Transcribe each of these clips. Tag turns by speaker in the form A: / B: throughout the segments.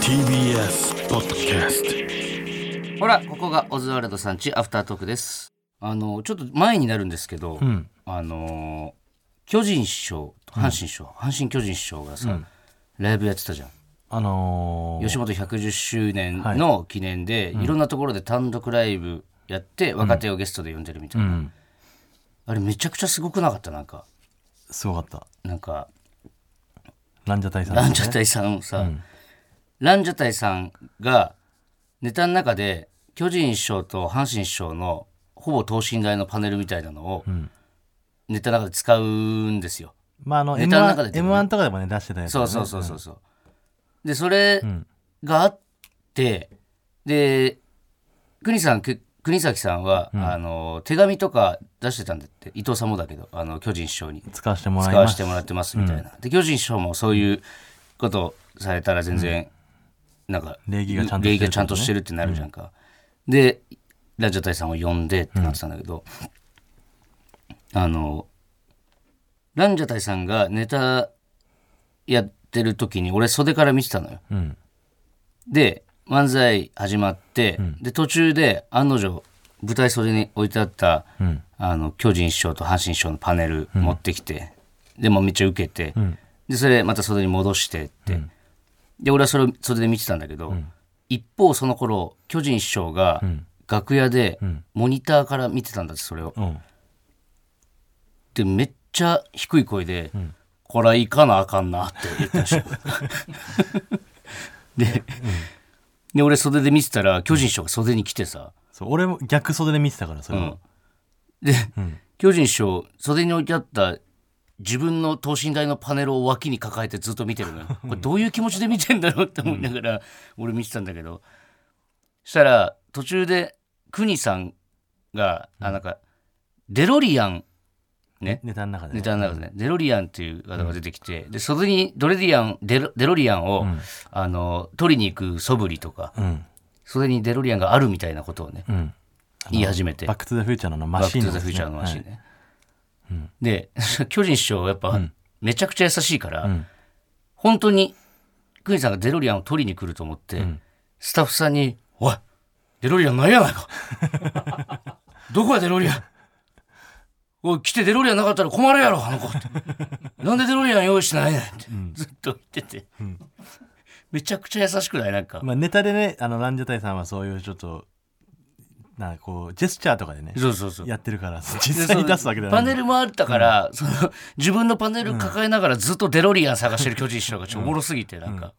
A: TBS ポッドキャスト
B: ほら、ここがオズワルドさんちアフタートークです。あの、ちょっと前になるんですけど、
A: ん
B: あのー、巨人師匠、阪神師匠、阪神巨人師匠がさ、ライブやってたじゃん。
A: あのー、
B: 吉本110周年の記念で、い、ろんなところで単独ライブやって、若手をゲストで呼んでるみたいな。
A: うん
B: あれめちゃくちゃすごくなかった、なんか。
A: すごかった
B: なんか、
A: ランジャタイさん
B: ランジャタイさんをさ、ランジャタイさんがネタの中で巨人師匠と阪神師匠のほぼ等身大のパネルみたいなのをネタの中で使うんですよ。
A: まああの
B: ネタの中
A: M1,
B: で
A: M1 とかでもね出してたやつだ
B: そ
A: ね、
B: うそうそうそうそう。でそれ
A: ん
B: があってで国さんく国崎さんは、あの手紙とか出してたんだって伊藤さんもだけどあの巨人師匠に。
A: 使わせてもらい
B: 使わ
A: ま
B: せ
A: す
B: てもらってますみたいな、で巨人師匠もそういうことされたら全然、なんか
A: 礼儀がちゃんとしてる
B: 礼儀がちゃんとしてるってなるじゃんか、でラジオ体さんを呼んでってなってたんだけど、あのランジャタイさんがネタやってる時に俺袖から見てたのよ
A: うん
B: で漫才始まって、で途中で案の定舞台袖に置いてあった、
A: うん
B: あの巨人師匠と阪神師匠のパネル持ってきて、でもうめっちゃ受けて、でそれまた袖に戻してって、で俺はそれを袖で見てたんだけど、一方その頃巨人師匠が楽屋でモニターから見てたんだってそれを。
A: うん
B: でめっちゃ低い声で「これはいかなあかんな」って言ってま したよで,、で俺袖で見てたら巨人師匠が袖に来てさ、
A: そう俺も逆袖で見てたからそれは、
B: で、巨人師匠袖に置いてあった自分の等身大のパネルを脇に抱えてずっと見てる のよこれどういう気持ちで見てんだろうって思いながら俺見てたんだけどしたら途中で邦さんがあなんかデロリアンね
A: ネタの中で、ね、
B: ネタの中でね、デロリアンっていう技が出てきて、で、袖にドレディアン、デロデロリアンを、あの、取りに行く素振りとか、
A: うん
B: 袖にデロリアンがあるみたいなことをね、
A: うん
B: 言い始めて、
A: バ
B: バ
A: ック・トゥ・ザ・フューチャーのあのマ
B: ッ
A: シ
B: ク・
A: ン
B: ト
A: の
B: ゥ・
A: や
B: ザ・
A: つ
B: フュ
A: ね
B: ーチャーのマシンね。で、 巨人師匠はやっぱ、めちゃくちゃ優しいから、本当に、クイーンさんがデロリアンを取りに来ると思って、スタッフさんに、おい、デロリアンないやない か。どこやデロリアン。おい、来てデロリアンなかったら困るやろ、あの子って。なんでデロリアン用意してないねんって、ずっと言ってて。めちゃくちゃ優しくないなんか。
A: まあ、ネタでねあのランジャタイさんはそういうちょっとなんかこうジェスチャーとかでね
B: そうそうそう。
A: やってるから実際に出すわけではな
B: パ
A: い
B: ネルもあったから、その自分のパネル抱えながらずっとデロリアン探してる巨人師匠がちょっとおもろすぎてなんか、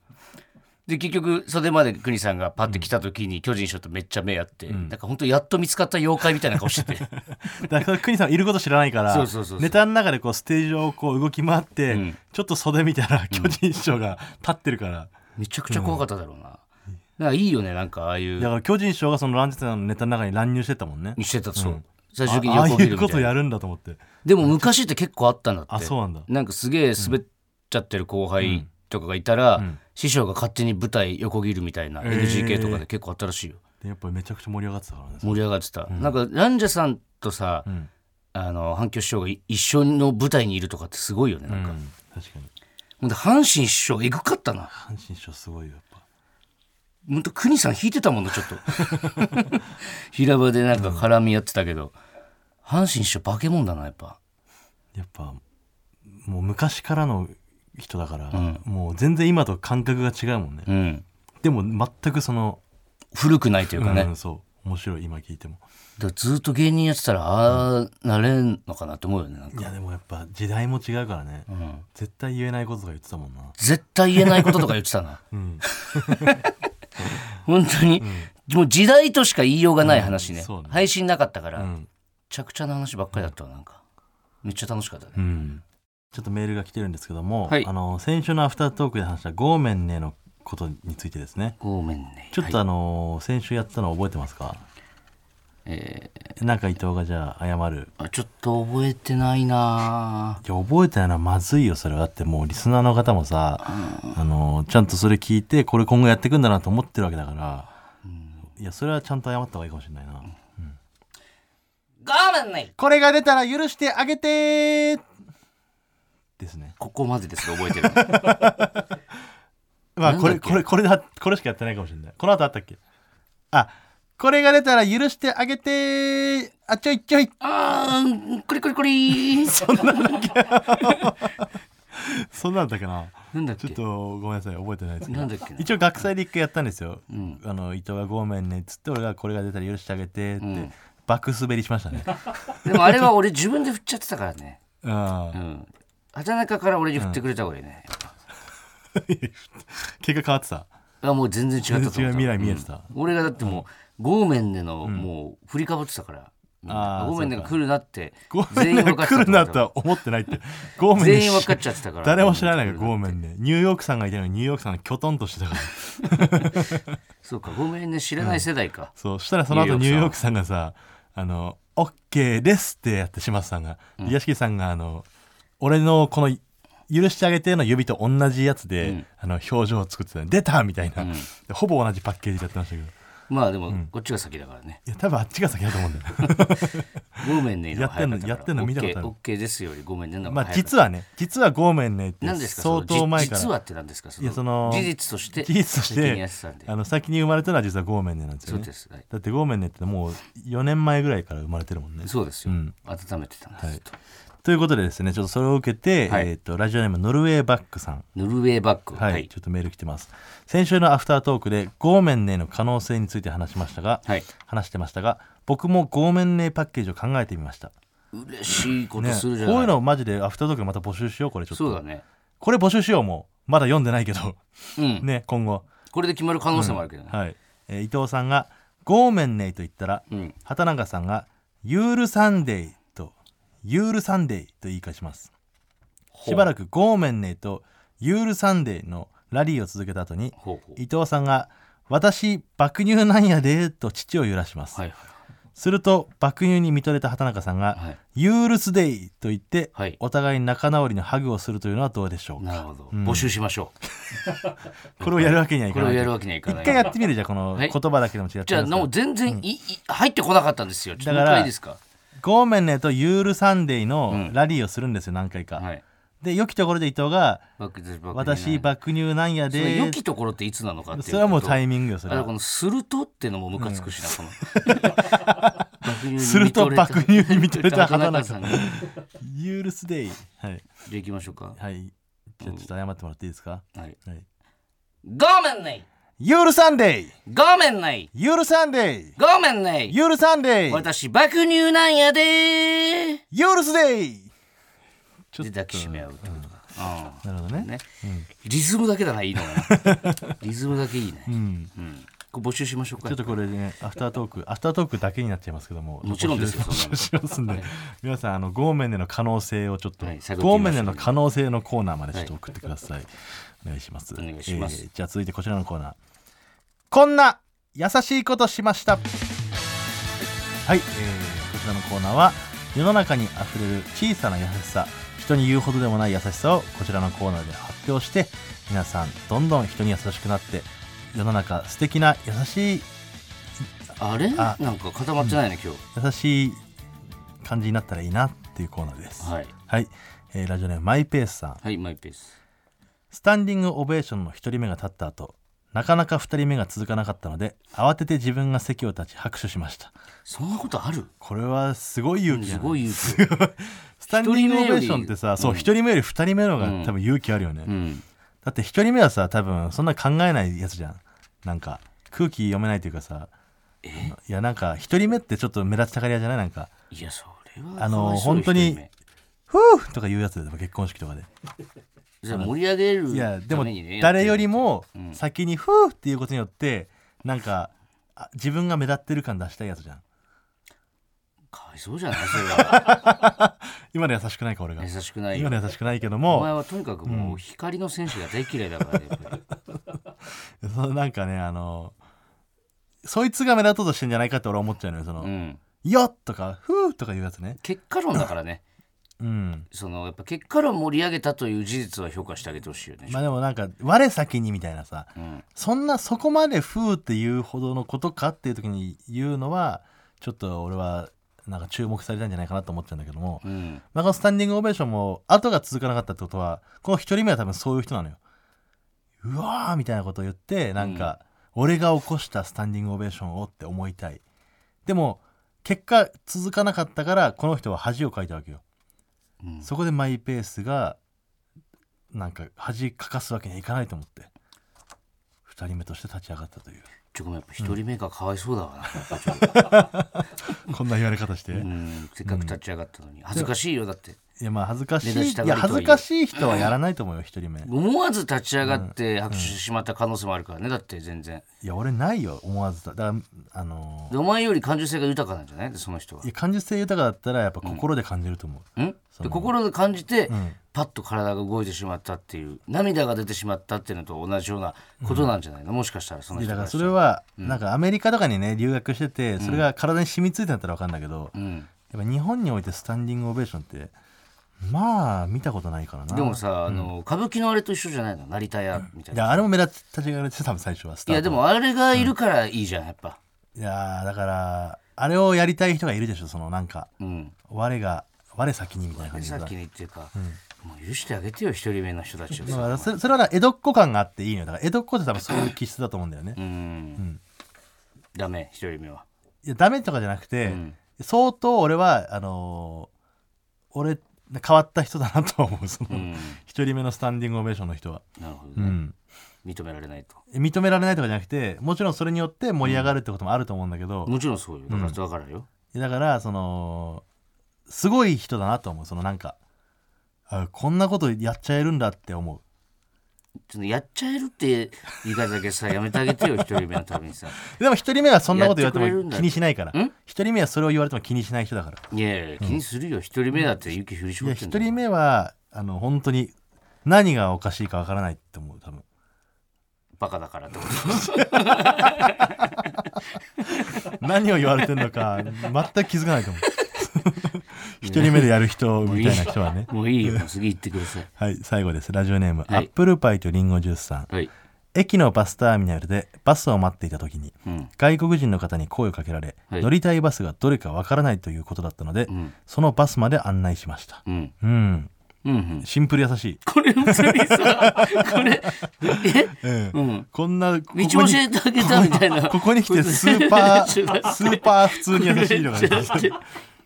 B: で結局袖まで国さんがパッて来た時に巨人師匠とめっちゃ目合って、なんか本当やっと見つかった妖怪みたいな顔してて
A: だから国さんはいること知らないから
B: そうそうそうそう
A: ネタの中でこうステージ上をこう動き回って、
B: うん
A: ちょっと袖見たら巨人師匠が立ってるから、
B: めちゃくちゃ怖かっただろうな、なんかいいよねなんかああい
A: だ
B: う
A: から巨人師匠がそのランジャタイのネタの中に乱入してったもんね
B: にしてたそう、
A: うん
B: 最終的に
A: ああ
B: 横を
A: い
B: 見る
A: う
B: み
A: こ
B: た
A: と
B: い
A: や
B: な
A: るんだと思って
B: でも昔って結構あったんだって
A: あそうなんだ
B: なんかすげえ滑っちゃってる後輩とかがいたら、
A: ん
B: 師匠が勝手に舞台横切るみたいな NGK とかで結構あったらしいよ、
A: でやっぱりめちゃくちゃ盛り上がってたからね
B: 盛り上がってた、なんかランジャさんとさ、
A: ん
B: あの反響師匠がい一緒の舞台にいるとかってすごいよねなんか、
A: うん確かに
B: ほんで阪神師匠えぐかったな
A: 阪神師匠すごいよやっぱ
B: ほんと邦さん引いてたもんなちょっと 平場でなんか絡み合ってたけど、阪神師匠化け物だなやっぱ
A: やっぱもう昔からの人だから、もう全然今と感覚が違うもんね、
B: うん
A: でも全くその、
B: 古くないというかね、
A: う
B: だか
A: んそう面白い今聞いても
B: らずっと芸人やってたらああなれんのかなって思うよねなんか
A: いやでもやっぱ時代も違うからね、絶対言えないこととか言ってたもんな
B: 絶対言えないこととか言ってたな、
A: ん
B: 本当に、もう時代としか言いようがない話ね,、
A: うんそうね
B: 配信なかったから、
A: ん
B: めちゃくちゃな話ばっかりだったわなんかめっちゃ楽しかったね、
A: うんちょっとメールが来てるんですけども、
B: はい
A: あの先週のアフタートークで話した「ごめんね」のことについてですね
B: ごめんね
A: ちょっとあの、先週やったの覚えてますか
B: え
A: なんか伊藤がじゃあ謝る
B: ーあちょっと覚えてないない
A: や覚えてないのはまずいよそれはだってもうリスナーの方もさ、あのちゃんとそれ聞いてこれ今後やっていくんだなと思ってるわけだから、いやそれはちゃんと謝った方がいいかもしれないな、
B: ごめんね
A: これが出たら許してあげてですね
B: ここまでです覚えてる
A: まあ
B: なん
A: こ
B: だっ
A: れ
B: け
A: これこれだこれしかやってないかもしれないこの後あったっけあこれが出たら許してあげてあちょいちょい
B: あー、コリコリコリー。
A: そんなんだったかな
B: なんだっ
A: ちょっ
B: け
A: とごめんなさい覚えてないですけど
B: なんだっけな
A: 一応学祭で一回やったんですよ、
B: ん
A: あの伊藤がごめんねっつって俺がこれが出たら許してあげてって、
B: ん
A: 爆滑りしました ね
B: でもあれは俺自分で振っちゃってたからね。
A: うん
B: うん。畑中から俺に振ってくれた方がいいね。
A: 結果変わってた
B: あもう全然違ったと思った
A: 全然違う未来見えてた
B: うん俺がだってもうゴーメンでのもう振りかぶってたから、
A: あー
B: ゴーメンでが来るなって
A: ごめ
B: 全
A: ん
B: 員
A: ね
B: 分かっ
A: 来
B: て
A: るなと
B: たと思っ
A: は思ってないってごめ
B: た
A: んね
B: 全員分かっちゃってたから
A: 誰も知らないから
B: ゴーメン
A: ごめんねニューヨークさんがいたのにニューヨークさんがきょとんとしてた から
B: そうかゴーメンで知らない世代か、
A: そうしたらその後
B: ニ
A: ニュ
B: ュー
A: ー
B: ヨ
A: ヨ
B: ー
A: ー
B: ク
A: クさんがさ「あのオッケーです」ってやって島津さんが屋敷、さんがあの俺のこの「許してあげて」の指と同じやつで、
B: うん
A: あの表情を作ってたの出た!」みたいな、
B: うん
A: でほぼ同じパッケージでやってましたけどい
B: まあでもこっちが先だからね、
A: や多分あっちが先だと 思うんだよ
B: ゴーメンでのが早かったから
A: やってんのやってんの見たことある
B: オッケーですよりゴーメンでの
A: ま
B: が
A: あ
B: 早かった
A: 実はね実はごめんねって
B: 何ですか
A: 相
B: そ
A: 当
B: の
A: 前から
B: 実はって何ですかそ
A: いやその
B: 事実として
A: 事実として
B: 関根康さんで
A: あの先に生まれたのは実はごめんねなんです
B: そ
A: よ
B: う
A: ね
B: です、はい
A: だってごめんねってもう4年前ぐらいから生まれてるもんね
B: そうですよ、
A: うん
B: 温めてたんです、
A: はいということでですねちょっとそれを受けて、
B: はい
A: えー、とラジオネームノルウェーバックさん
B: ヌルウェーバッグ
A: はい、ちょっとメール来てます先週のアフタートークで「ゴーメンネ」の可能性について話しましたが、
B: はい
A: 話してましたが僕もゴーメンネパッケージを考えてみました、
B: 嬉しいこと
A: ね
B: す
A: こう
B: る
A: い
B: じゃない、
A: うのをマジでアフタートークでまた募集しようこれちょっと
B: そうだね
A: これ募集しようもうまだ読んでないけど
B: うん
A: ね今後
B: これで決まる可能性もあるけどね、
A: はい、えー伊藤さんが「ゴーメンネ」と言ったら、
B: うん
A: 畑中さんが「ユールサンデー」と「ユールサンデー」と言い返しますしばらく「ゴーメンネ」と「ユールサンデー」のラリーを続けた後に「
B: ほうほう
A: 伊藤さんが「私爆乳なんやで」と父を揺らします、
B: はい
A: すると爆乳に見とれた畑中さんが「
B: はい
A: ユールスデイ」と言って、
B: はい
A: お互い仲直りのハグをするというのはどうでしょうか
B: なるほど、募集しましょ
A: これをやるわけには
B: う
A: い
B: こ
A: かな
B: れを
A: い
B: やるわけにはいかない
A: 一回やってみるじゃあこの
B: はい
A: 言葉だけでも違って
B: じゃあなお全然い、い入ってこなかったんですよちょっと
A: だ
B: もう
A: か
B: 一
A: ら
B: 回いいですか
A: ごめんね」と「ユールサンデー」の
B: ん
A: ラリーをするんですよ何回か、
B: はい
A: で良きところで伊藤が
B: バック
A: 「私
B: バッ
A: 爆乳なんや
B: クで
A: で」
B: 良きところっていつなのかっていう
A: それはもうタ
B: イ
A: イミングよそ
B: あ
A: れ
B: れ
A: は
B: この「すると」ってのもムカつくしな、この爆乳に見とれた
A: すると爆乳に見とれた
B: 畑中さんに
A: 「ユールスデイ」はい
B: じゃあ行きましょうか
A: はいじゃあちょっと謝ってもらっていいですか、
B: はい
A: はい
B: ごめんね
A: ユールサンデー
B: ごめんね
A: ユールサンデー
B: ごめんね
A: ユールサンデー
B: 私爆乳なんやでー
A: ユールスデイちょ
B: で抱きしめ合うってことか、あ
A: なるほど
B: あ
A: ね
B: ね、リズムだけだないいのが リズムだけいいね、うんこれ募集しましょうか
A: ちょっとこれねアフタートークアフタートークだけになっちゃいますけども
B: もちろんですよ
A: 募集しますんで皆さんあのゴーメンでの可能性をちょっと、
B: はい探ってみましょう
A: ゴーメンでの可能性のコーナーまでちょっと送ってください、お願いします
B: お願いします
A: じゃあ続いてこちらのコーナーこんな優しいことしましたはい、えーこちらのコーナーは世の中にあふれる小さな優しさ人に言うほどでもない優しさをこちらのコーナーで発表して皆さんどんどん人に優しくなって世の中素敵な優しい
B: あれ
A: あ
B: なんか固まってないね今日、
A: 優しい感じになったらいいなっていうコーナーですはい、
B: はい
A: えーラジオネームマイペースさん
B: はいマイペース
A: スタンディングオベーションの1人目が立った後なかなか2人目が続かなかったので慌てて自分が席を立ち拍手しました
B: そんなことある
A: これはすごい勇気だ
B: す
A: な
B: ごい 勇気、
A: スタンディングオベーションってさそう1人
B: 一人目より
A: 目より2人目の方が多分勇気あるよね、
B: うん、
A: だって1人目はさ多分そんな考えないやつじゃんなんか空気読めないというかさいやなんか1人目ってちょっと目立ちたがり屋じゃないなんか
B: いやそれは
A: あの
B: かわいそうよ
A: 本当に
B: 一人目
A: 「ふぅ!」とか言うやつででも結婚式とかで
B: じゃあ盛り上げる
A: いやで
B: た
A: も
B: めにね
A: 誰よ
B: やって
A: り
B: る
A: も
B: うん
A: 先に「ふう」っていうことによってなんかあ自分が目立ってる感出したいやつじゃん
B: かわいそうじゃないそれ は
A: 今の優しくないか俺が
B: 優しくないよ
A: 今の優しくないけど
B: お前
A: も
B: はとにかくもう光の戦士が大嫌いだからね、やっ ぱり
A: そのなんかねあのそいつが目立とうとしてんじゃないかって俺は思っちゃうのよその「
B: うん、
A: よっ!」とか「ふう!」とかいうやつね
B: 結果論だからね
A: うん
B: そのやっぱ結果論盛り上げたという事実は評価してあげてほしいよね、
A: まあでもなんか「我先に」みたいなさ
B: うん、
A: そんなそこまで「ふう!」っていうほどのことかっていう時に言うのはちょっと俺はなんか注目されたんじゃないかなと思っちゃうんだけども
B: うん、
A: まあ、このスタンディングオベーションも後が続かなかったってことはこの一人目は多分そういう人なのよ。ううわーみたいなことを言ってなんか、俺が起こしたスタンディングオベーションをって思いたいでも結果続かなかったからこの人は恥をかいたわけよ、
B: うん
A: そこでマイペースがなんか恥かかすわけにはいかないと思って2人目として立ち上がったという
B: ちょごめんやっぱ一人目がかわいそうだわな、
A: こんな言われ方して、
B: う
A: い
B: ん、せっかく立ち上がったのに恥ずかしいよだって
A: やまあ恥ずかし
B: 目
A: い
B: 立
A: い
B: ちたが
A: や
B: りと
A: 恥
B: はいえ
A: ずかしい人はやらないと思うよ1人目い
B: 思わず立ち上がって拍手してしまった可能性もあるからねだって全然
A: や俺ないよ思わずだだからあのー
B: でお前より感受性が豊かなんじゃないでその人はい
A: や感受性豊かだったらやっぱ心で感じると思う、
B: んで心で感じて、パッと体が動いてしまったっていう涙が出てしまったっていうのと同じようなことなんじゃないの、もしかしたらその
A: いやだ
B: 人か
A: かららそれはなんかアメリカとかにね留学しててそれが体に染みついてんだったら分かんないけど、
B: うん、
A: やっぱ日本においてスタンディングオベーションってまあ見たことないからな
B: でもさ、あの歌舞伎のあれと一緒じゃないの成田屋みたい
A: い
B: な、
A: やあれも目立ち立ち上がれてた多分最初はスター
B: いや
A: ト
B: でもあれがいるからいいじゃんやっぱ
A: いやーだからあれをやりたい人がいるでしょそのなんか
B: うん
A: 我が我先にみたいな感じで
B: さ
A: だ
B: っ
A: か
B: きにっていうか、もう許してあげてよ一人目の人たちをさ、
A: らそれそれはな江戸っ子感があっていいのよだから江戸っ子って多分そういう気質だと思うんだよね、
B: うん、ダメ一人目はい
A: やダメとかじゃなくて、相当俺はあのー俺変わった人だなとは思うその、
B: うん
A: 一人目のスタンディングオベーションの人は、
B: なるほどね、
A: うん、
B: 認められないと
A: 認められないとかじゃなくてもちろんそれによって盛り上がるってこともあると思うんだけど、
B: もちろんそうよだから分からんよ、
A: いやだからそのすごい人だなと思うそのなんかあこんなことやっちゃえるんだって思う
B: ちょっとやっちゃえるって言い方だけさやめてあげてよ一人目のため にさ
A: でも一人目はそんなこと言われ
B: やってくれ
A: て
B: るん
A: も
B: だ
A: 気にしないから一人目はそれを言われても気にしない人だから
B: いやいや気にするよ一、人目だって雪降り
A: い
B: 絞
A: や
B: ってん
A: 一
B: だ
A: 人目はあの本当に何がおかしいかわからないって思う多分
B: バカだからってこと
A: 何を言われてるのか全く気づかないと思う 一人目でやる人みたいな人はね
B: もういいよ、もう次行ってください。
A: はい最後ですラジオネーム、
B: はい
A: アップルパイとリンゴジュースさん
B: はい。
A: 駅のバスターミナルでバスを待っていた時に
B: うん。
A: 外国人の方に声をかけられ、
B: はい
A: 乗りたいバスがどれかわからないということだったので、
B: ん
A: そのバスまで案内しました
B: うん。
A: うん
B: うんうん。
A: シンプル優しい、
B: これ、普通にさ、これ、え
A: うん
B: うん。
A: こんなここ
B: 道
A: に
B: 教えてあげたみたいな。
A: ここに来 てスーパ
B: ちょっと
A: ースーパー普通に優しいのが ね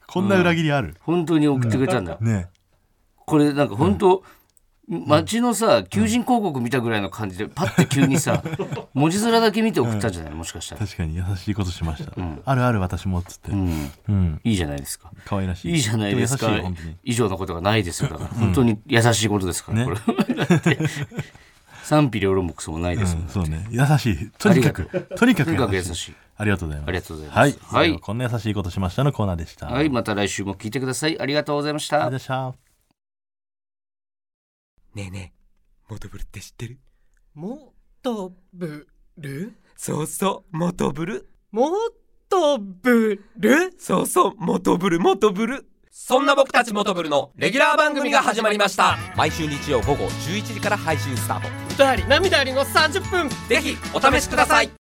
A: こんな裏切りある、
B: 本当に送ってくれたんだ。
A: ね
B: これ、なんか本当、街のさ、求人広告見たぐらいの感じで、パッて急 にさ、文字面だけ見て送ったんじゃないもしかしたら。
A: 確かに優しいことしました、あるある私もっつって
B: う
A: うん
B: ん。いいじゃないですか。
A: 可愛らしい
B: いいじゃないですか
A: も優しい本当に。
B: 以上のことがないですよ。だから、本当に優しいことですから、これ。 だって賛否両論もクソもないですもん
A: うんそうね優しいとにかく とにか
B: とにか
A: く
B: く優
A: 優しい
B: しい。
A: ありがとうございます
B: ありがとうございます
A: はい、
B: はい
A: 以上こんな優しいことしましたのコーナーでした、
B: はい、また来週も聞いてください。ありがとうございまし
A: あ
B: た
A: りがとうございま。した
C: ねえねえモトブルって知ってる
D: もっとぶる
C: そうそうモトブル
D: もっとぶる
C: そうそうモトブルモトブル
E: そんな僕たちモトブルのレギュラー番組が始まりました
C: 毎週日曜午後11時から配信スタート
D: 歌あり涙ありの30分
E: ぜひお試しください